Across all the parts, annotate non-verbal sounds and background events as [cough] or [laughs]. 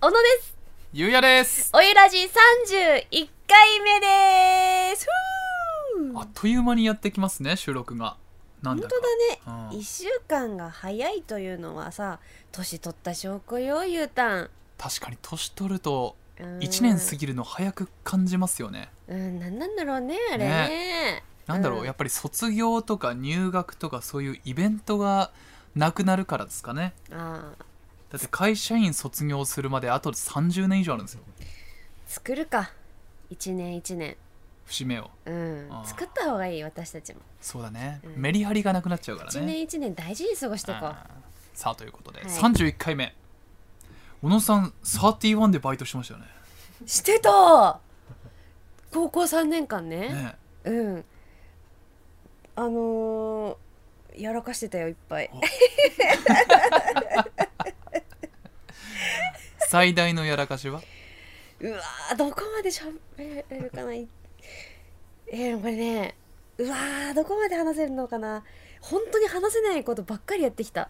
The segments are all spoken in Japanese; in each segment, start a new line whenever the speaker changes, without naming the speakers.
小野です
ゆうやです
おゆらじ31回目ですふー
あっという間にやってきますね収録がなん
本
だ
当
か
だね
だ
1週間が早いというのはさ年取った証拠よゆうたん
確かに年取ると
うん
1年過ぎるの早く感じますよね
うん何なんだろうねあれね
なんだろ
う
うんやっぱり卒業とか入学とかそういうイベントがなくなるからですかね
ああ
だって会社員卒業するまであと30年以上あるんですよ
作るか1年1年
節目を
うん
あー
作った方がいい私たちも
そうだね、
うん
メリハリがなくなっちゃうから
1
ね
年1年大事に過ごしとこう
うんさあということで、
はい
31回目小野さん31でバイトしてましたよね
してた高校3年間ね
ね
うんあのー、やらかしてたよいっぱい
最大のやらかしは
うわーどこまでしゃべれるかないえー、これねうわーどこまで話せるのかな本当に話せないことばっかりやってきた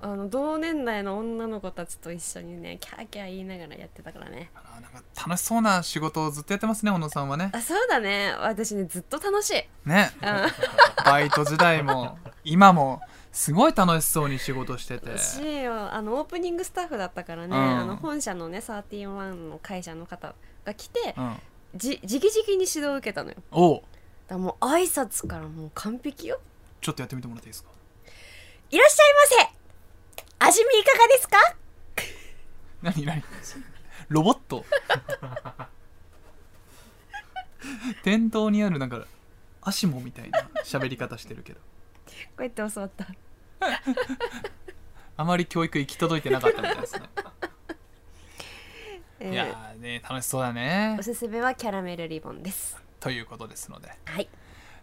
あの同年代の女の子たちと一緒にねキャーキャー言いながらやってたからね
あなんか楽しそうな仕事をずっとやってますね小野さんはね
あそうだね私ねずっと楽しい
ね
う
[laughs] バイト時代も今もすごい楽しそうに仕事してて
んしよあのオープニングスタッフだったからね、
うん
あの本社のね31の会社の方が来て
うん
じ直々に指導を受けたのよだか
おう
らもう挨拶からもう完璧よ
ちょっとやってみてもらっていいですか
いらっしゃいませ味見いかがですか
何何ロボッ
[laughs]
ト店頭にあるなんかアシモみたいな喋り方してるけど
こうやって教わった
あまり教育行き届いてなかったみたいですね、
えー
いやーね楽しそうだね
おすすめはキャラメルリボンです
ということですので
はい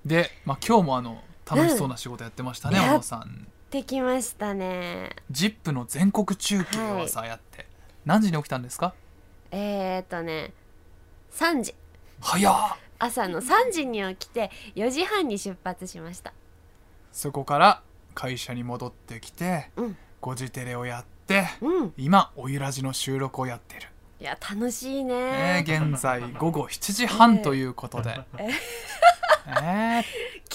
で、まあ、今日もあの楽しそうな仕事やってましたね、
うん
小野さん
できましたね
ZIP の全国中継を朝やって、何時に起きたんですか
えー、っとね3時
早っ
朝の3時に起きて4時半に出発しました
そこから会社に戻ってきて
うん
「ゴジテレ」をやって
うん
今「おゆらじ」の収録をやってる、
いや楽しいね
ね現在午後7時半ということで、 [laughs] えー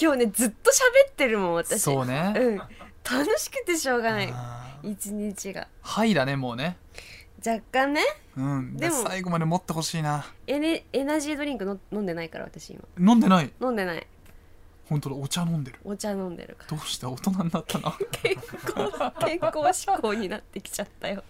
今日ねずっと喋ってるもん私
そうね、
うん楽しくてしょうがない
あー
一日が
はいだねもうね
若干ね
うんで
でも
最後まで持ってほしいな
エネエナジードリンクの飲んでないから私今
飲んでない
飲んでない
本当だお茶飲んでる
お茶飲んでるから
どうして大人になった
[laughs]
な
健康健康志向になってきちゃったよ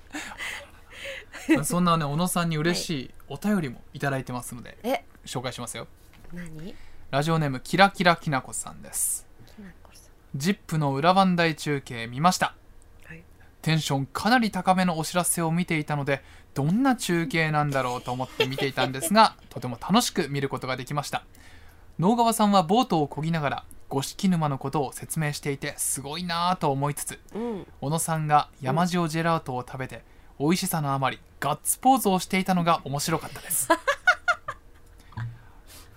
そんなね小野さんに嬉しいお便りもいただいてますので
え
紹介しますよ
何き
ラジオネームキラキラきなこさんです
なこさん
ZIP の裏番台中継見ました
はい
テンションかなり高めのお知らせを見ていたのでどんな中継なんだろうと思って見ていたんで
[laughs]
すがとても楽しく見ることができました能川さんはボートを漕ぎながら五色沼のことを説明していてすごいなぁと思いつつ
うん
小野さんが山塩ジェラートを食べて、美味しさのあまりガッツポーズをしていたのが面白かったです [laughs]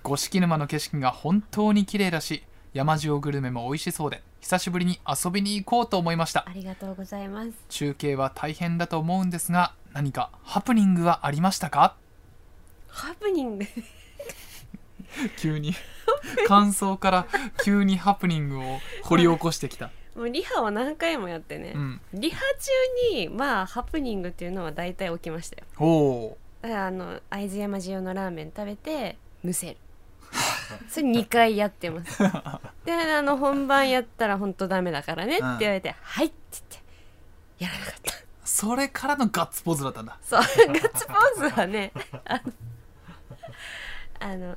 五色沼の景色が本当に綺麗だし山塩グルメも美味しそうで久しぶりに遊びに行こうと思いました
ありがとうございます
中継は大変だと思うんですが何かハプニングはありましたか
ハプニング [laughs]
急 [laughs] に感想から急にハプニングを掘り起こしてきた、
もうリハを何回もやってね、
うん、
リハ中にまあハプニングっていうのは大体起きましたよ
おお
だからあの会津山塩のラーメン食べてむせ
[laughs]
るそれ2回やってますであの本番やったら本当ダメだからねって言われて「はい」って言ってやらなかった
それからのガッツポーズだったんだ
そうガッツポーズはねあの [laughs] あの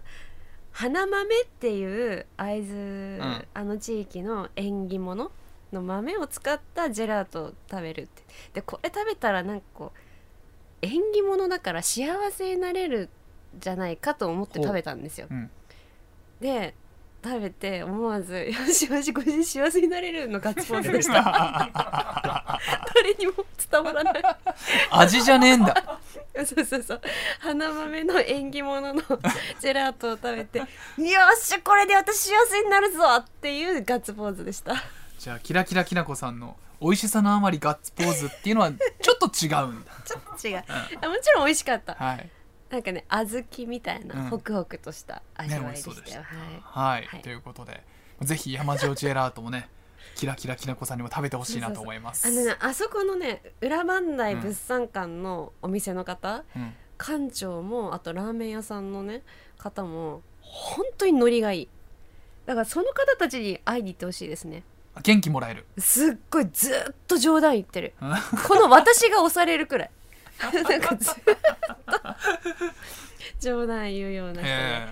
花豆っていう会津、
ん
あの地域の縁起物の豆を使ったジェラートを食べるってでこれ食べたらなんかこう縁起物だから幸せになれるじゃないかと思って食べたんですよ、
うん
で食べて思わず「よしよしご自身幸せになれる」のガッツポーズでした誰にも伝わらない
[laughs] 味じゃねえんだ
[laughs] そうそうそう花豆の縁起物
[laughs]
のジェラートを食べて「よっしゃこれで私幸せになるぞ!」っていうガッツポーズでした
じゃあキラキラきなこさんの美味しさのあまりガッツポーズっていうのはちょっっと違うんだ、
ちょっと違うあもちろん美味しかった
はい
なんかね小豆みたい
うん
なホクホクとした味
ね
わい
美
で
味しそうで
し
した
よ、
はい、
はい
ということでぜひ山塩ジェラートもねキラキラきなこさんにも食べてほしいなと思います
はいあのねあそこのね裏磐梯物産館のお店の方、
うん
館長もあとラーメン屋さんのね方も本当にノリがいいだからその方たちに会いに行ってほしいですね
元気もらえる
すっごいずっと冗談言ってる
うん
この私が押されるくらいなんかずっと冗談言うような人で、
ええ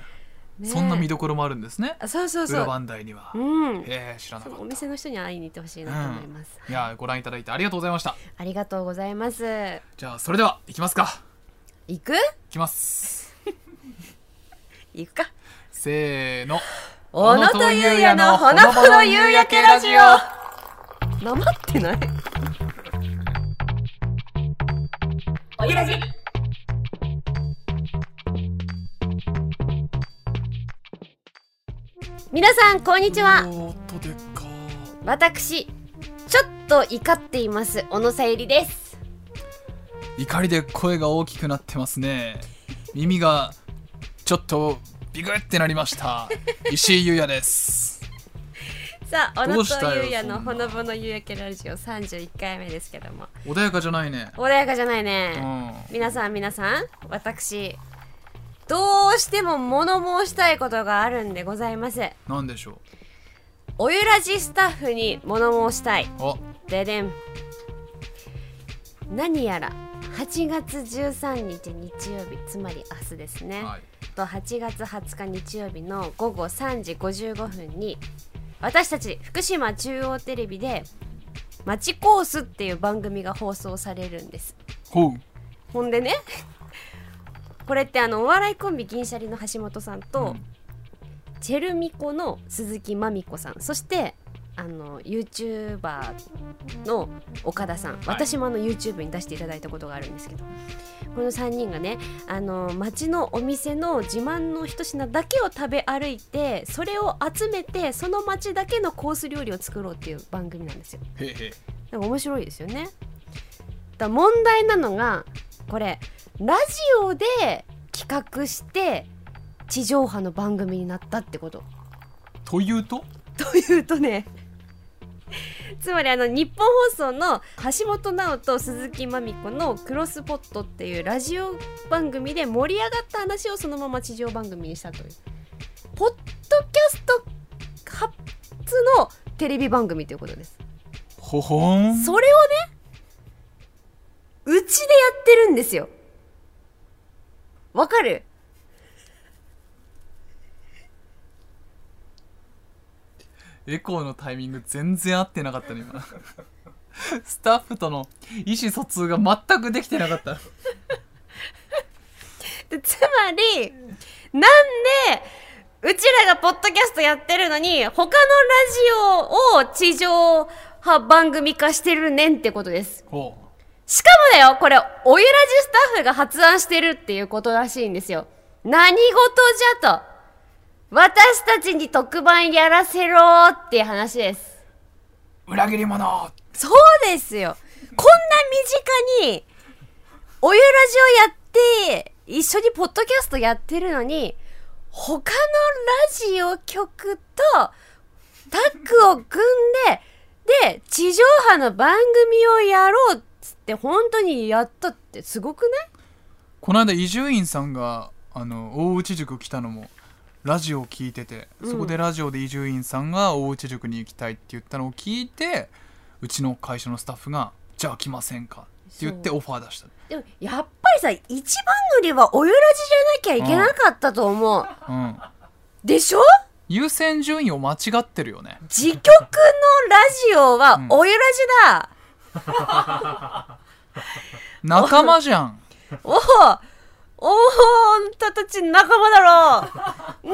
ねえ
そんな見どころもあるんですね
あそうそうそ
裏
う
磐梯には、
うん
ええ知らな
そ
かっ
の
た
お店の人に会いに行ってほしいなと思います、
いやご覧いただいてありがとうございました
ありがとうございます
じゃあそれでは行きますか
行く
行きます
行くか
せーの
小野とゆうやのほのぼの夕焼けラジオなまってないおゆらじ皆さんこんにちは
おーっとでっか
私ちょっと怒っています小野さゆりです
怒りで声が大きくなってますね耳がちょっとビグってなりました石井優也です
さあ小
ど
野
うした
と
よ
ゆうやの
そんな
ほのぼの夕焼けラジオ31回目ですけども
穏やかじゃないね
穏やかじゃないうね、
ん
皆さん皆さん私どうしても物申したいことがあるんでございます
なんでしょ
おゆらじスタッフに物申したいう
あ
ででん何やら8月13日日曜日つまり明日ですね、
はい
と8月20日日曜日の午後3時55分に私たち福島中央テレビで「マチコース」っていう番組が放送されるんです
ほう
ほんでねこれってあのお笑いコンビ銀シャリの橋本さんと、
うん
チェルミコの鈴木まみこさんそしてあの YouTuber の岡田さん、私もあの YouTube に出していただいたことがあるんですけどこの3人がねあの町のお店の自慢の一品だけを食べ歩いてそれを集めてその町だけのコース料理を作ろうっていう番組なんですよ。
へいへい
なんか面白いですよね。だから問題なのがこれラジオで企画して地上波の番組になったってこと。
というと
というとねつまりあの日本放送の橋本直人鈴木まみ子の「クロスポット」っていうラジオ番組で盛り上がった話をそのまま地上番組にしたというポッドキャスト発のテレビ番組ということです。
ほほん
それをねうちでやってるんですよわかる
エコーのタイミング全然合ってなかったね今スタッフとの意思疎通が全くできてなかった
でつまりなんでうちらがポッドキャストやってるのに他のラジオを地上波番組化してるねんってことです
ほう
しかもだよこれおゆらじスタッフが発案してるっていうことらしいんですよ何事じゃと私たちに特番やらせろーっていう話です
裏切り者
そうですよ。こんな身近に、おゆラジオやって、一緒にポッドキャストやってるのに、他のラジオ局とタッグを組んで、で、地上波の番組をやろうっつって、本当にやったってすごくない
この間伊集院さんがあの大内塾来たのもラジオを聞いてて、そこでラジオで伊集院さんが大内塾に行きたいって言ったのを聞いてうちの会社のスタッフが「じゃあ来ませんか」って言って
そ
オファー出した
でも、やっぱりさ、一番乗りはおゆラジじゃなきゃいけなかったと思う。
うん
でしょ
優先順位を間違ってるよね
自局のラジオは
ん
おゆラジだ、
仲間じゃん
おおおおあんたたち仲間だろうなん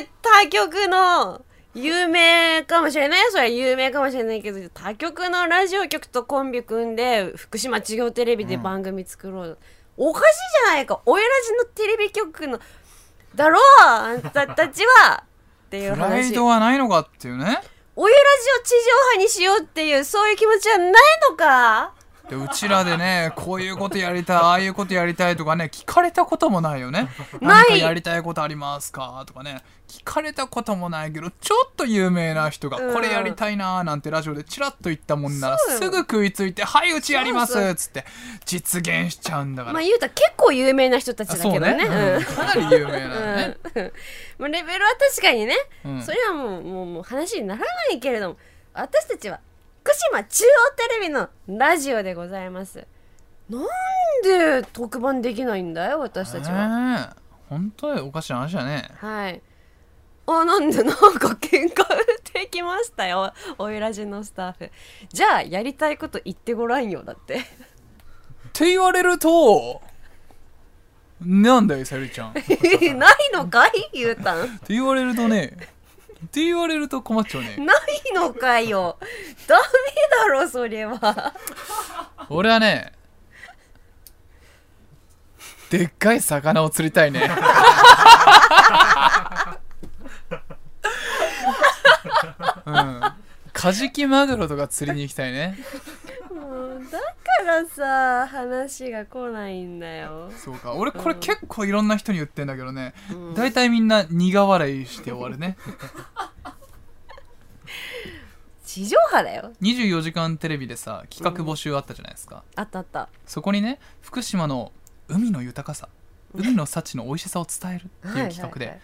で他局の有名かもしれないよそれは有名かもしれないけど他局のラジオ局とコンビ組んで福島中央テレビで番組作ろう、おかしいじゃないかおやらじのテレビ局のだろうあんたたちはっていう
プライ
話
ドはないのかっていうね
おやらじを地上波にしようっていうそういう気持ちはないのか
でうちらでねこういうことやりたいああいうことやりたいとかね聞かれたこともないよね
[laughs] ない
何かやりたいことありますかとかね聞かれたこともないけどちょっと有名な人が
うん
これやりたいなーなんてラジオでチラッと言ったもんなら
そうよ
すぐ食いついて「はいうちやります
そうそ」
つって実現しちゃうんだか
まあ
ら
言うたら結構有名な人たち
あ
だけ
そ
ど
うね
ね
うんかなり有名
うん
なのね
うんまあレベルは確かにね、
うん
それはもうもうもう話にならないけれども私たちは福島中央テレビのラジオでございますなんで特番できないんだよ私たちは、
ねえ本当におかしな話だね
はいあなんでなんか喧嘩売ってきましたよおいらじのスタッフじゃあやりたいこと言ってごらんよだって
って言われるとなんだよさゆりちゃんって
ないのかいゆうたん
言われるとねって言われると困っちゃうね
ないのかよダメだろそれは
俺はねでっかい魚を釣りたいねうんカジキマグロとか釣りに行きたいね
もうだからさ話が来ないんだよ
そうか俺これ結構いろんな人に言ってんだけどね
うん
大体、みんな苦笑いして終わるね
地上波だよ
24時間テレビでさ企画募集あったじゃないですか、
あったあった
そこにね福島の海の豊かさ海の幸の美味しさを伝えるっていう企画で、
はいはい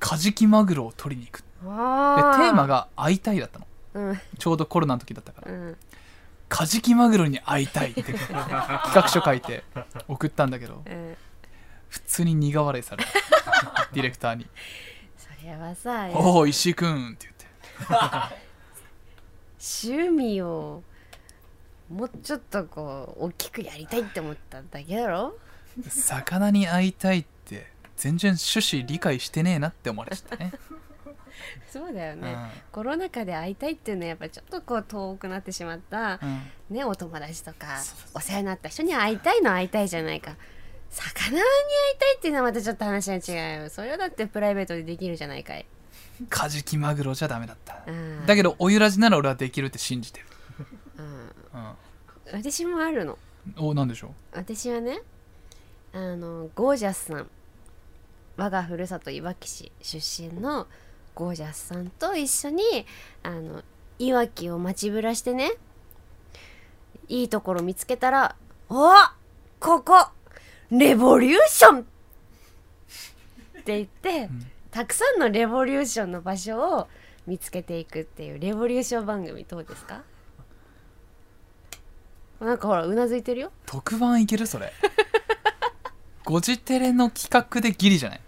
カジキマグロを取りに行くでテ
はい、
ー
が
マが「会いたい」だったの
うん
ちょうどコロナの時だったから
うん
「カジキマグロに会いたい」って
[laughs]
企画書書いて送ったんだけど
うん
普通に苦笑いさ
[laughs]
れたディレクターに
それはさ
「おお石井くん」って言って
趣味をもうちょっとこう大きくやりたいって思っただけだろ
「魚に会いたい」って全然趣旨理解してねえなって思われちゃったね、
そうだよ
う
[laughs] ね、
ん
コロナ禍で会いたいっていうのはやっぱちょっとこう遠くなってしまった
う、ん、
ね、お友達とか
そうそう
お世話になった人に会いたいのは会いたいじゃないか魚に会いたいっていうのはまたちょっと話が違うよそれはだってプライベートでできるじゃないかい
カジキマグロじゃダメだった
うん
だけどおゆらじなら俺はできるって信じてる、
うん
うん、
私もあるの
おなんでしょう
私はねあのゴージャスさん我がふるさといわき市出身のゴージャスさんと一緒にあのいわきを街ぶらしてねいいところ見つけたら「おここレボリューション!」って言って、たくさんのレボリューションの場所を見つけていくっていうレボリューション番組どうですかなんかほらうなずいてるよ
特番いけるそれ [laughs] ゴジテレの企画でギリじゃない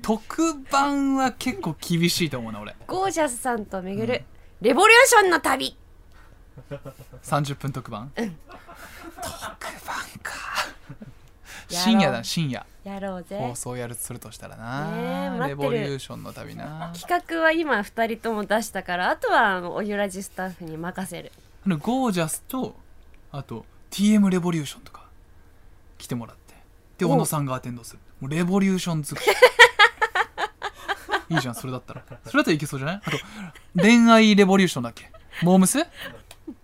特番は結構厳しいと思うな俺
ゴージャスさんと巡る、レボリューションの旅
30分特番特番か
やろう
深夜だ深夜
やろうぜ
放送やるとするとしたら
ねえ待
な、
ってる
レボリューションの旅な
企画は今2人とも出したからあとはあのおゆらじスタッフに任せる
あのゴージャスとあと TM レボリューションとか来てもらってで
お
小野さんがアテンドするもうレボリューション好き [laughs] いいじゃんそれだったらそれだったらいけそうじゃないあと恋愛レボリューションだっけモームス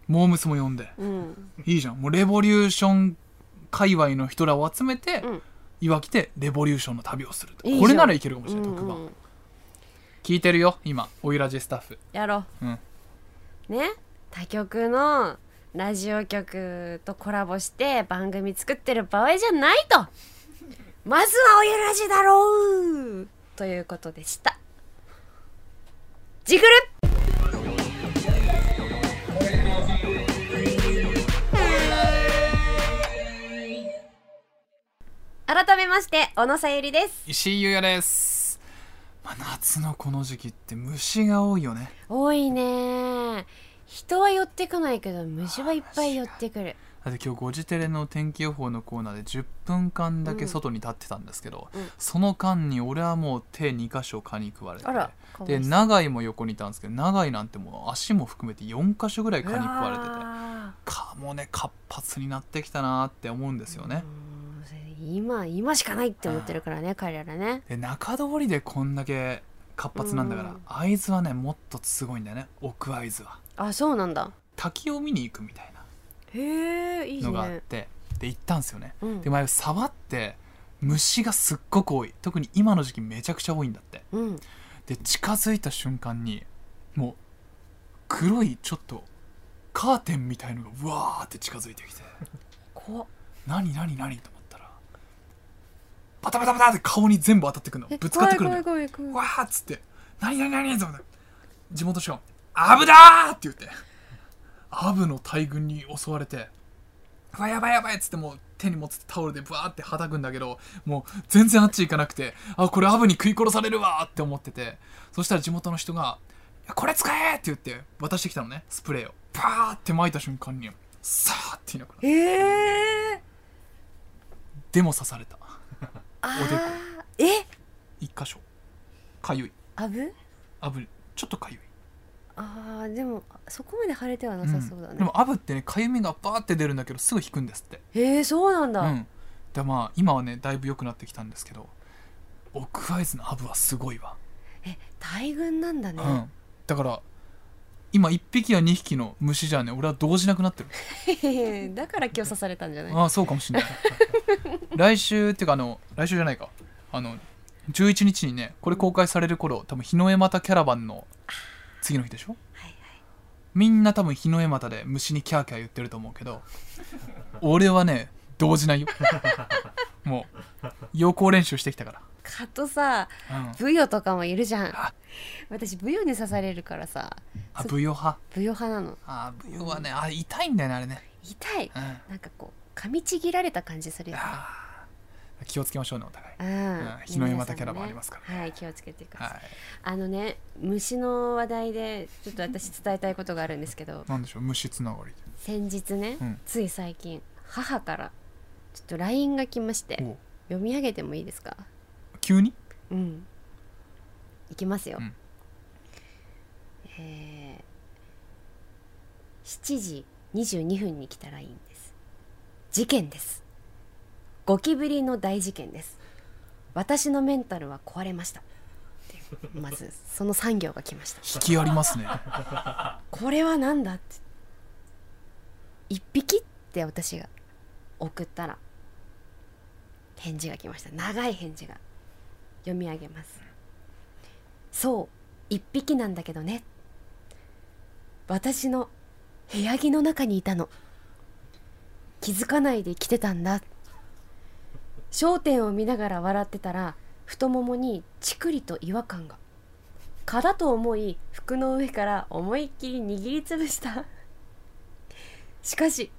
モームスも呼んで
うん
いいじゃんもうレボリューション界隈の人らを集めて、
うん
いわきでレボリューションの旅をすると
いいじゃん
これならいけるかもし
う
れない、
ん
特
う
番
ん
聞いてるよ今おいらじスタッフ
やろう、
うん
ね他局のラジオ局とコラボして番組作ってる場合じゃないとまずはおゆらじだろうということでしたジグル改めまして小野さゆりです
石井優也です、まあ、夏のこの時期って虫が多いよね
多いねー人は寄ってこないけど虫はいっぱい寄ってくる
だって今日「ゴジテレ」の天気予報のコーナーで10分間だけ外に立ってたんですけど、
うん
その間に俺はもう手2箇所蚊に食われて
あらかわい
で
そう
長井も横にいたんですけど長井なんてもう足も含めて4箇所ぐらい蚊に食われてて
わ
蚊もね活発になってきたなって思うんですよね
ー、うんそれ今今しかないって思ってるからね彼らね
で中通りでこんだけ活発なんだから、
うん
会津はねもっとすごいんだよね奥会津は
あそうなんだ
滝を見に行くみたいな
へえいい
のがあっ
ね、
て、で行ったんですよね
うん
で、前沢って虫がすっごく多い特に今の時期めちゃくちゃ多いんだって
うん、
で近づいた瞬間にもう黒いちょっとカーテンみたいのがうわーって近づいてき
[laughs]
て
怖っ
何何何と思ったらバタバタバタって顔に全部当たってくるのぶつかってくるの
怖
よ
い怖い怖い怖
わ
い
ーっつって何何何と思って地元しかも「危だー!」って言ってアブの大群に襲われて「うわやばいやばい!」っつってもう手に持つタオルでブワーってはたくんだけどもう全然あっち行かなくて「あこれアブに食い殺されるわ!」って思っててそしたら地元の人が「いやこれ使え!」って言って渡してきたのねスプレーをパーって撒いた瞬間にさーっていなくなった
ええ
でも刺された
あ
おでこ
あえ
一箇所かゆい
あぶ
アブちょっとかゆい
あーでもそこまで腫れてはなさそうだね、
んでもアブってねかゆみがバーって出るんだけどすぐ引くんですって
へえそうなんだ、
うんでまあ今はねだいぶ良くなってきたんですけどオクアイズのアブはすごいわ、
え大群なんだね、
うん、だから今1匹や2匹の虫じゃね俺は動じなくなって
[laughs]
る
だから今日刺されたんじゃない
ああそうかもしれない [laughs] 来週っていうかあの来週じゃないかあの11日にねこれ公開される頃多分日の絵股キャラバンの次の日でしょ
はい
みんな多分日の絵股で虫にキャーキャー言ってると思うけど俺はね動じ
[laughs]
ないよもう予行練習してきたか
蚊とさ
ら、うん、
ブヨとかもいるじゃん
あ
私ブヨに刺されるからさ
あブヨ派
ブヨ派なの
あブヨはねあ痛いんだよねあれね、
痛い
うん、
なんかこう噛みちぎられた感じするよね
あー気をつけましょうねお互い
うん
うん日の山だけでもありますから
皆さんもねはい気をつけてください、
はい
あのね虫の話題でちょっと私伝えたいことがあるんですけど
なんでしょう虫つながり
先日ね、
うん
つい最近母からちょっと LINE が来まして
でお
読み上げてもいいですか
急に
うんいきますよ、
うん
えー、7時22分に来た LINE です事件ですゴキブリの大事件です私のメンタルは壊れましたっていうまずその3行が来ました
引きありますね
これはなんだって一匹って私が送ったら返事が来ました長い返事が読み上げますそう一匹なんだけどね私の部屋着の中にいたの気づかないで来てたんだ『焦点』を見ながら笑ってたら太ももにチクリと違和感が蚊だと思い服の上から思いっきり握りつぶしたしかし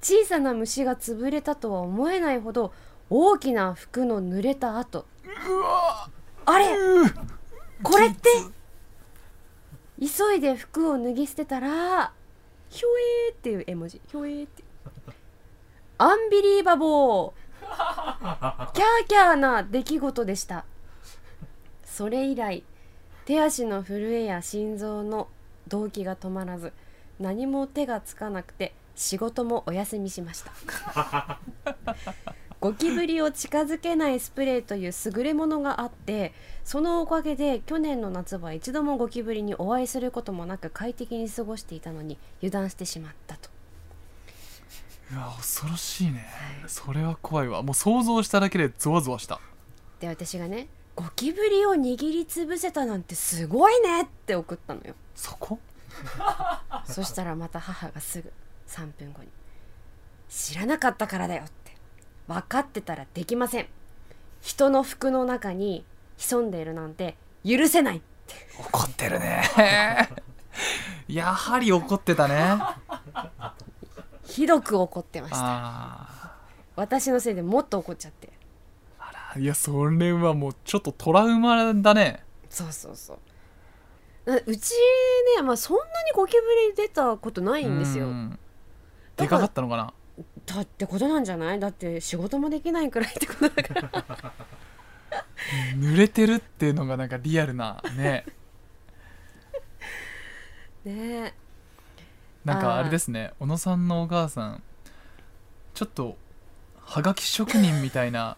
小さな虫が潰れたとは思えないほど大きな服の濡れた跡
うわ
あれ
ー
これって急いで服を脱ぎ捨てたらひょえーっていう絵文字ひょえーってアンビリーバボーキャーキャーな出来事でしたそれ以来手足の震えや心臓の動悸が止まらず何も手がつかなくて仕事もお休みしましたゴキブリを近づけないスプレーという優れものがあってそのおかげで去年の夏は一度もゴキブリにお会いすることもなく快適に過ごしていたのに油断してしまったと
うわ恐ろしいねそれは怖いわもう想像しただけでゾワゾワした
で私がね「ゴキブリを握りつぶせたなんてすごいね!」って送ったのよ
そこ
そしたらまた母がすぐ3分後に「知らなかったからだよ」って「分かってたらできません人の服の中に潜んでいるなんて許せない!」
怒って
[laughs]
るねやはり怒ってたね
ひどく怒ってました
あ
私のせいでもっと怒っちゃって
ーいやそれはもうちょっとトラウマだね
そうそうそうなうちね、まあ、そんなにゴキブリ出たことないんですよ
うん
だ
で
か
からかったのかな
だってことなんじゃないだって仕事もできないくらいってことだから
濡れてるっていうのがなんかリアルな
[laughs]
ね
ね
なんかあれですね小野さんのお母さんちょっとはがき職人みたいな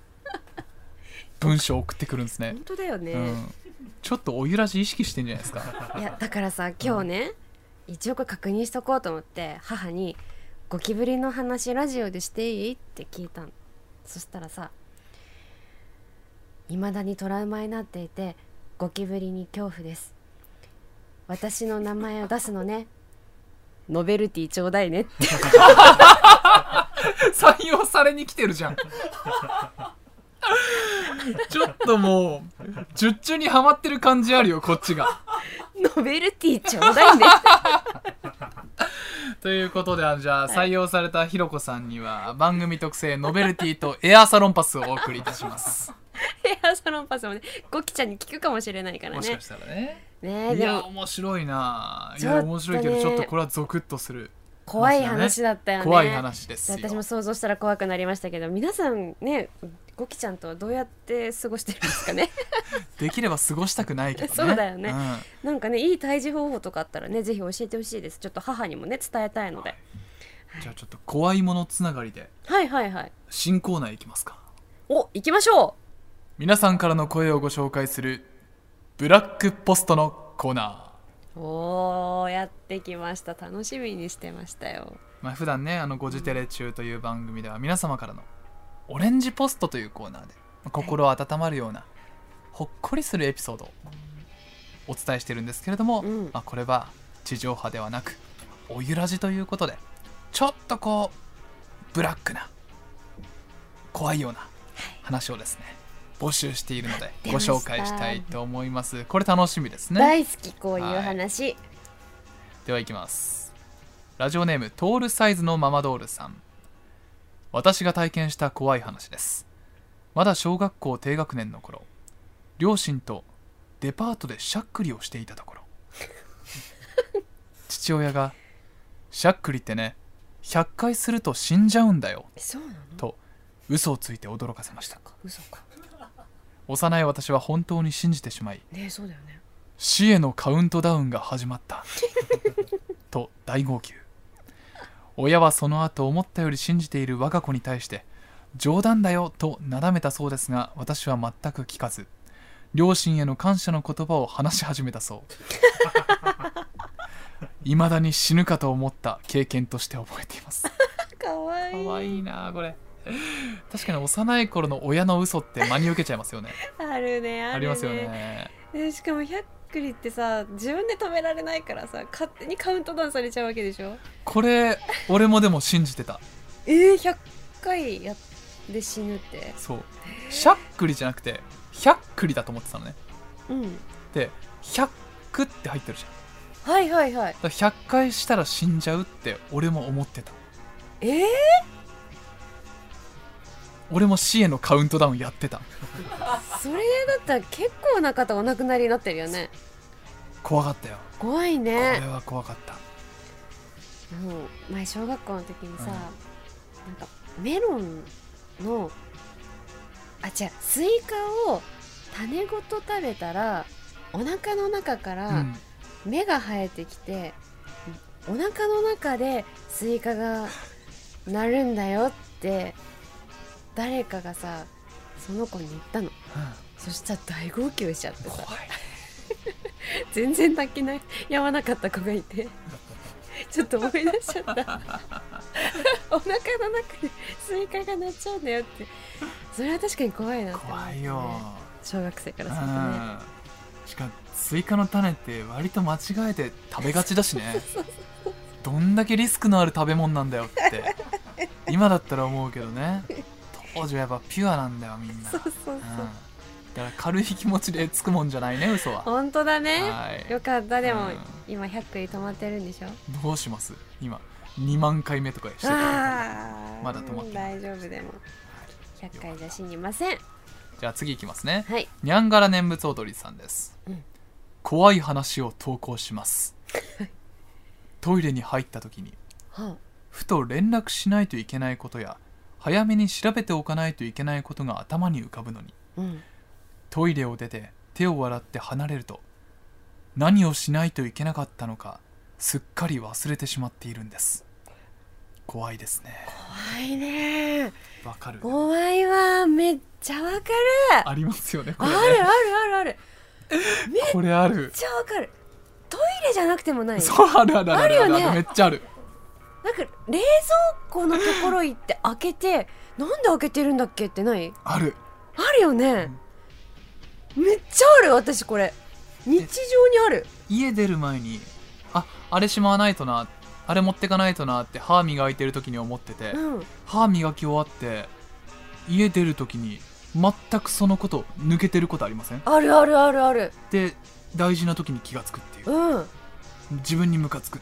文章送ってくるんですね
本、当だよね、
うん、ちょっとおゆらじ意識してんじゃないです
[laughs]
か
いやだからさ今日ね、一応これ確認しとこうと思って母に「ゴキブリの話ラジオでしていいって聞いたのそしたらさ未だにトラウマになっていてゴキブリに恐怖です私の名前を出すのねノベルティちょうだい [laughs] ねって
採用されに来てるじゃん [laughs] ちょっともう術中にはまってる感じあるよこっち
[laughs]
が
ノベルティちょうだいねって
ということであのじゃあ採用されたひろこさんには番組特製ノベルティとエアサロンパスをお送りいた
[laughs]
します
ヘアサロンパスもねゴキちゃんに聞くかもしれないから
もし
ね
かしたらね
ねえ
い
で
や
も
面白いな
ち
い
ょっとね
や面白いけどちょっとこれはゾクッとする
怖い話だったよね
怖い話ですよ
私も想像したら怖くなりましたけど皆さんねゴキちゃんとはどうやって過ごしてるんですか [laughs] ね
できれば過ごしたくないけど
[laughs]
ね
そうだよね
ん
なんかねいい退治方法とかあったらねぜひ教えてほしいですちょっと母にもね伝えたいので
じゃあちょっと怖いものつながりで
はいはいはい
新コーナーいきますか
お行きましょ
皆さんからの声をご紹介するブラックポストのコーナ
うおーやってきました楽しみにしてましたよ
ー、まあ普段ねあの「ゴジテレ中」という番組では皆様からのオレンジポストというコーナーでまあ心温まるようなほっこりするエピソードをお伝えしてるんですけれども、
うん
まあこれは地上波ではなくおゆらじということでちょっとこうブラックな怖いような話をですね募集しているので
出
ご
ました
紹介したいと思いますこれ楽しみですね
大好きこういう話
ではいきますラジオネームトールサイズのママドールさん私が体験した怖い話ですまだ小学校低学年の頃両親とデパートでしゃっくりをしていたところ父親が「しゃっくりってね100回すると死んじゃうんだよ
そうなの」
と嘘をついて驚かせました
か嘘か
幼い私は本当に信じてしまい
ねえそうだよね
死へのカウントダウンが始まった
[laughs]
と大号泣親はその後思ったより信じている我が子に対して冗談だよとなだめたそうですが私は全く聞かず両親への感謝の言葉を話し始めたそう
[laughs]
未だに死ぬかと思った経験として覚えています
かわいい
可愛いなこれ確かに幼い頃の親の嘘って真に受けちゃいますよね
あるねあるね
ありますよね
でしかもひゃっくりってさ自分で止められないからさ勝手にカウントダウンされちゃうわけでしょ
これ俺もでも信じてた
えー、100回やって死ぬって
そうしゃっくりじゃなくてひゃっくりだと思ってたのね
うん
でひゃっくって入ってるじゃん
はいはいはい
だから100回したら死んじゃうって俺も思ってた
えー、
俺も死へのカウントダウンやってた
それだったら結構な方お亡くなりになってるよね
怖かったよ
怖い
これ
ね
は怖かった
うん前小学校の時にさ、
うん
なんかメロンのあ違うスイカを種ごと食べたらお腹の中から、
うん
目が生えてきてお腹の中でスイカがなるんだよって誰かがさその子に言ったのそしたら大号泣しちゃって
うん
さ
怖い
全然泣きないやまなかった子がいてちょっと思い出しちゃった
[laughs]
お腹の中でスイカが鳴っちゃうんだよってそれは確かに怖いなって思った
怖
ね
いよ、
小学生か
う
らするとね
んしかもスイカの種って割と間違えて食べがちだしねどんだけリスクのある食べ物なんだよって今だったら思うけどね当時はやっぱピュアなんだよみんな
そうそうそう、
うん、だから軽い気持ちでつくもんじゃないね嘘は
本当だね
はい
よかったでも、
うん
今100回止まってるんでしょ
どうします今2万回目とかしてたら
あー
まだ止まってない
大丈夫でも100回じゃ死にません
じゃあ次いきますね
はい
にゃんがら念仏踊りさんです、
うん
怖い話を投稿しますトイレに入った時に
は
ふと連絡しないといけないことや早めに調べておかないといけないことが頭に浮かぶのに
あ、うん、
トイレを出て手を洗って離れると何をしないといけなかったのかすっかり忘れてしまっているんです怖いですね
怖いね
わかる
怖いわめっちゃわかる
ありますよねこ
あ
れ
る
ね
あるあるあるめっ
これある
ちゃわかるトイレじゃなくてもない
そうあるあるある
あるよね
めっちゃある
なんか冷蔵庫のところ行って開けてなんで開けてるんだっけってない
ある
あるよね、めっちゃある私これ日常にある
家出る前にああれしまわないとなあれ持ってかないとなって歯磨いてる時に思ってて、
うん
歯磨き終わって家出る時に全くそのこと抜けてることありません
あるあるあるある
で大事な時に気がつくっていう
うん
自分にムカつく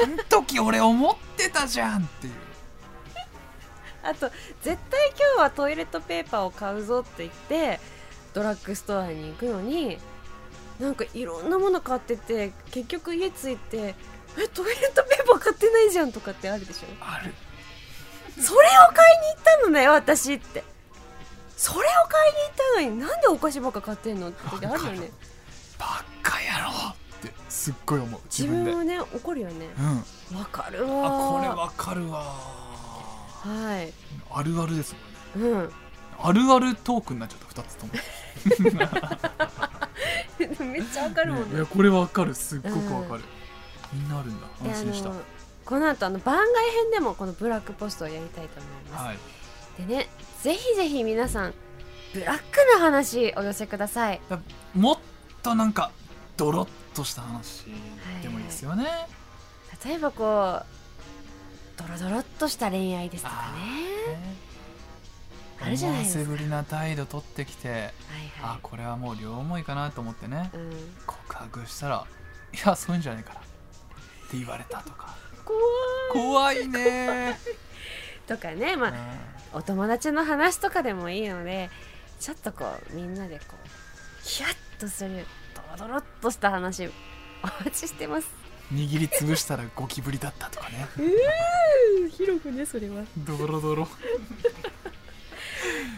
あん時俺思ってたじゃんっていう
あと絶対今日はトイレットペーパーを買うぞって言ってドラッグストアに行くのになんかいろんなもの買ってて結局家着いてえトイレットペーパー買ってないじゃんとかってあるでしょ
ある
それを買いに行ったのね私ってそれを買いに行ったのになんでお菓子ばっか買ってんのって時あるよ
わか
ね
るバカ野郎ってすっごい思う自
自
分で
分はね怒るよね
うんあ
わかるわ
これわかるわ
はい
あるあるですもん
う
ね
ん [laughs]
あるあるトークになっちゃった2つとも
めっちゃわかるもん
い
ね
やこれわかるすっごくわかる、みんなあるんだ
いや
安心した
あのこの後あの番外編でもこのブラックポストをやりたいと思います、
はい
でねぜひぜひ皆さんブラックな話お寄せください
もっとなんかドロッとした話でもいいですよね、
例えばこうドロドロっとした恋愛ですとかね
ね
あるじゃないですか
思わせぶりな態度取ってきて
はい
あ
は
これはもう両思いかなと思ってね
い、うん、
告白したら「いやそういうんじゃないから」って言われたとか
怖い
怖いね
とかねまあお友達の話とかでもいいのでちょっとこうみんなでこうヒヤッとするドロドロっとした話お待ちしてます
うん握りつぶしたらゴキブリだったとかね
うー広くねそれは
ドロドロ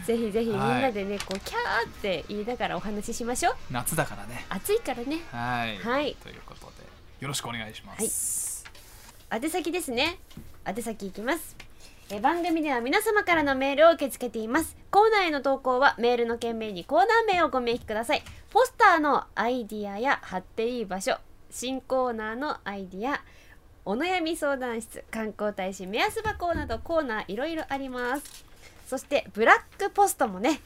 ぜひぜひみん
はい
なでね、こうキャーって言いながらお話ししましょう
夏だからね
暑いからね
はい、
はい
ということでよろしくお願いします、
宛先ですね宛先いきますえー番組では皆様からのメールを受け付けていますコーナーへの投稿はメールの件名にコーナー名をご明記くださいポスターのアイディアや貼っていい場所新コーナーのアイディアお悩み相談室観光大使目安箱などコーナーいろいろありますそしてブラックポストもね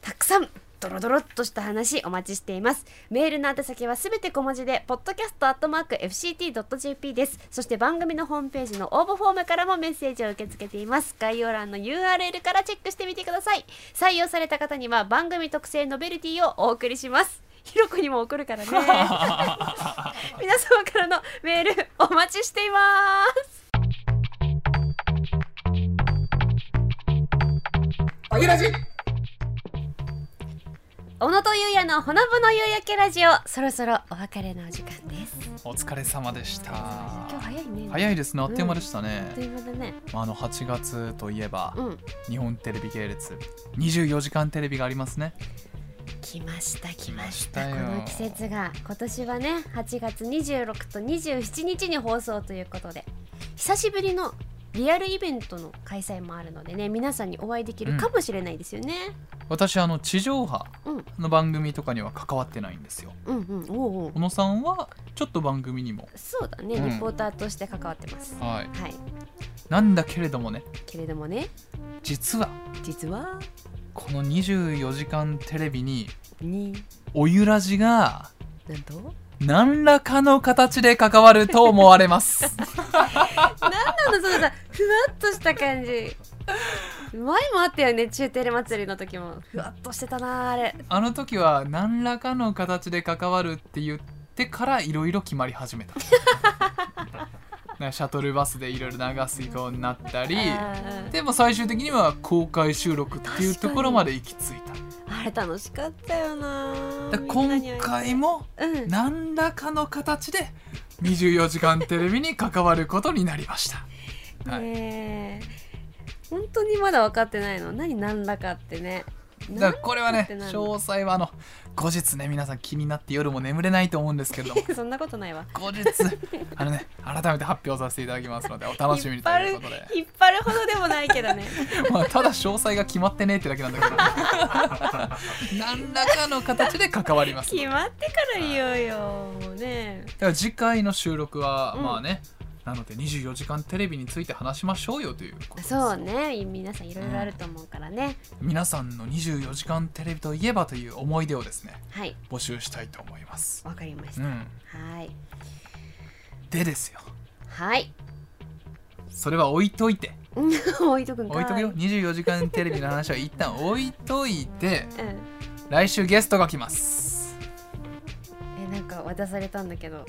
たくさんドロドロっとした話お待ちしていますメールの宛先はすべて小文字で podcast.fct.jp ですそして番組のホームページの応募フォームからもメッセージを受け付けています概要欄の URL からチェックしてみてください採用された方には番組特製ノベルティをお送りしますひろこにも送るからね皆様からのメールお待ちしています
あげラジ
小野とゆうやのほのぼの夕焼けラジオそろそろお別れのお時間です
お疲れ様でした
今日早いね
早
い
いですねあっという間でしたね、
という間だね
まあ、あの8月といえば、
うん
日本テレビ系列24時間テレビがありますね
来ました来ました
来ましたよ
この季節が今年はね8月26と27日に放送ということで久しぶりのリアルイベントの開催もあるのでね皆さんにお会いできるかもしれないですよね、
私あの地上波
うん
の番組とかには関わってないんですよ
うん、うんおうおう
小野さんはちょっと番組にも
そうだね、
うん
リポーターとして関わってますは
はい
い
なんだけれどもね
けれどもね
実は
実は
この24時間テレビに
に
おゆらじが
なんと
何らかの形で関わると思われま
[laughs]
す
なんだそのさふわっとした感じ前もあったよね中テレ祭りの時もふわっとしてたなあれ
あの時は何らかの形で関わるって言ってからいろいろ決まり
[laughs]
始めたなんかシャトルバスでいろいろ流すようになったり
あー
でも最終的には公開収録っていうところまで行き着いた
あれ楽しかったよな
だから今回も
うん
何らかの形で24時間テレビに関わることになりました、はい、
ねえ本当にまだ分かってないの何何らかってね
だからこれはね
なんてなるの
詳細はあの後日ね皆さん気になって夜も眠れないと思うんですけれども
[laughs] そんなことないわ
後日あのね改めて発表させていただきますのでお楽しみ
引
に
っ
と
張
い
る
うことで、
引っ張るほどでもないけど
[laughs]
ね
まあ、ただ詳細が決まってねえってだけなんだ
[laughs]
けど何らかの形で関わ
[laughs]
りますので
決まってから言おうよもうね
だから次回の収録は、
うん
まあねなので24時間テレビについて話しましょうよということです
そうね皆さんいろいろあると思うからね、
皆さんの24時間テレビといえばという思い出をですね
はい
募集したいと思います
わかりまし
う
た、
ん
はい
でですよ
はい [laughs]
それは置いといて
うん置いとくんか
置いとくよ24時間テレビの話は一旦置いといて
うん
来週ゲストが来ます
えなんか渡されたんだけど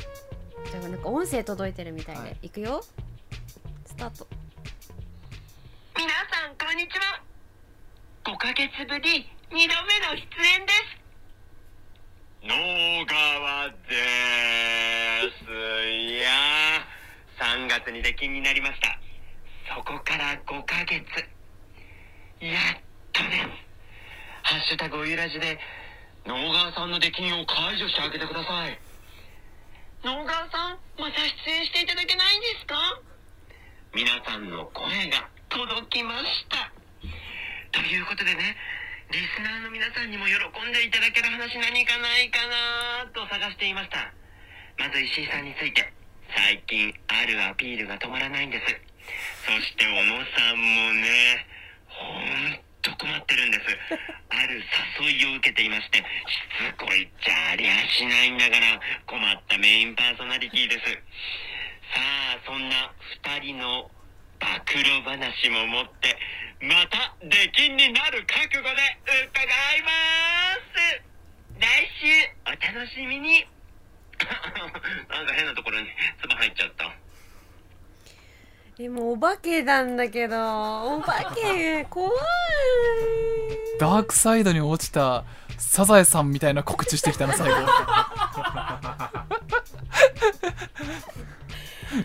じゃあなんか音声届いてるみたいで、
はい
い、くよスタート
皆さんこんにちは5ヶ月ぶり2度目の出演です野川ですいや3月に出禁になりましたそこから5ヶ月やっとですハッシュタグおゆらじで野川さんの出禁を解除してあげてください野川さんまた出演していただけないんですか皆さんの声が届きましたということでねリスナーの皆さんにも喜んでいただける話何かないかなと探していましたまず石井さんについて最近あるアピールが止まらないんですそして小野さんもねほんと困ってるんですある誘いを受けていましてしつこいっちゃありゃしないんだから困ったメインパーソナリティですさあそんな2人の暴露話も持ってまた出禁になる覚悟で伺います来週お楽しみに [laughs] なんか変なところに唾入っちゃった
えもうお化けなんだけどお化け怖い
ダークサイドに落ちたサザエさんみたいな告知してきたな最後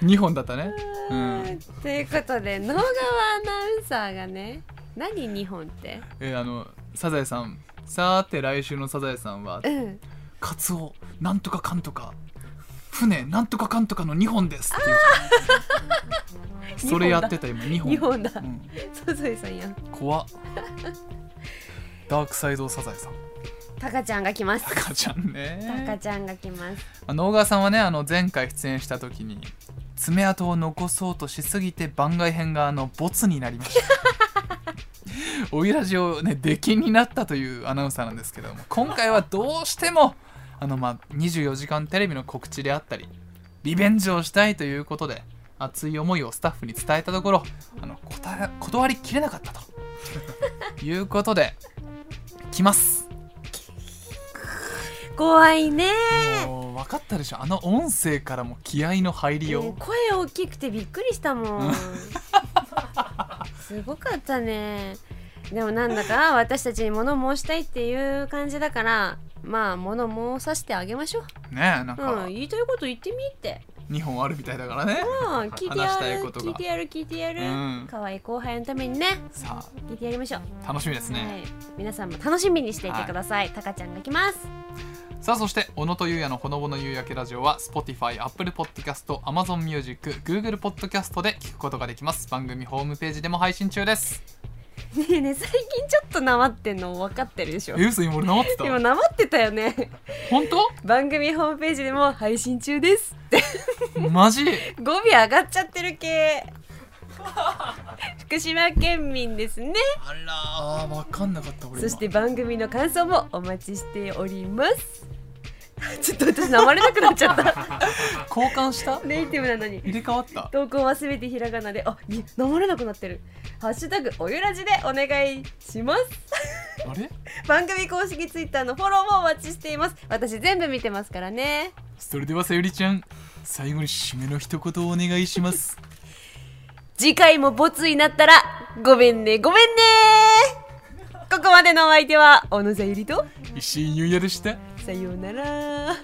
2本だったねうん
ということで野川アナウンサーがね何日本って
えあのサザエさんさーて来週のサザエさんは
うん
カツオなんとかかんとか船なんとかかんとかの2本ですっていうそれやってた今2本
日本だ
うん、
サザエさんやん
怖っダークサイドサザエさん
タカちゃんが来ます
タカちゃん
タカ
ね
ちゃんが来ます
あの小川さんはねあの前回出演した時に爪痕を残そうとしすぎて番外編があのボツになりました [laughs] おいらじをね出禁になったというアナウンサーなんですけども今回はどうしてもあのまあ24時間テレビの告知であったりリベンジをしたいということで熱い思いをスタッフに伝えたところあの答え断りきれなかったということで来ます
怖いね
もう分かったでしょあの音声からも気合の入り
ね
よ
声大きくてびっくりしたもんすごかったねでもなんだか私たちに物申したいっていう感じだからまあ物申させてあげましょう
ねえなん
うん
か
言いたいこと言ってみって
2本あるみたいだからね [laughs]
うん聞いてや
話したい
る
ことが
聞いてやる聞いてやる
うん
可愛い後輩のためにね
さ
聞いてやりましょう
あ楽しみです
は
ね
い皆さんも楽しみにしていてくださいタカちゃんが来ます [laughs]
さあそして小野とゆうやのほのぼの夕焼けラジオは Spotify、Apple Podcast、Amazon Music、Google Podcast で聞くことができます番組ホームページでも配信中です
ねえねえ最近ちょっとなまってんの分かってるでしょ
え嘘今俺黙ってた
今なまってたよね [laughs]
本当
番組ホームページでも配信中です [laughs] って
マジ
語尾上がっちゃってる
[laughs]
系福島県民ですね
あらー分かんなかった俺
そ
今
して番組の感想もお待ちしております [laughs] ちょっと私なまれなくなっちゃった
交換した
ネイティブなのに
入れ替わった
投稿はすべてひらがなであいなまれなくなってるハッシュタグおゆらじでお願いします
あれ
番組公式ツイッターのフォローもお待ちしています私全部見てますからね
それではさゆりちゃん最後に締めの一言をお願いします
次回もボツになったらごめんねごめんねここまでのお相手は小野さゆりと
石井優也でした
さようなら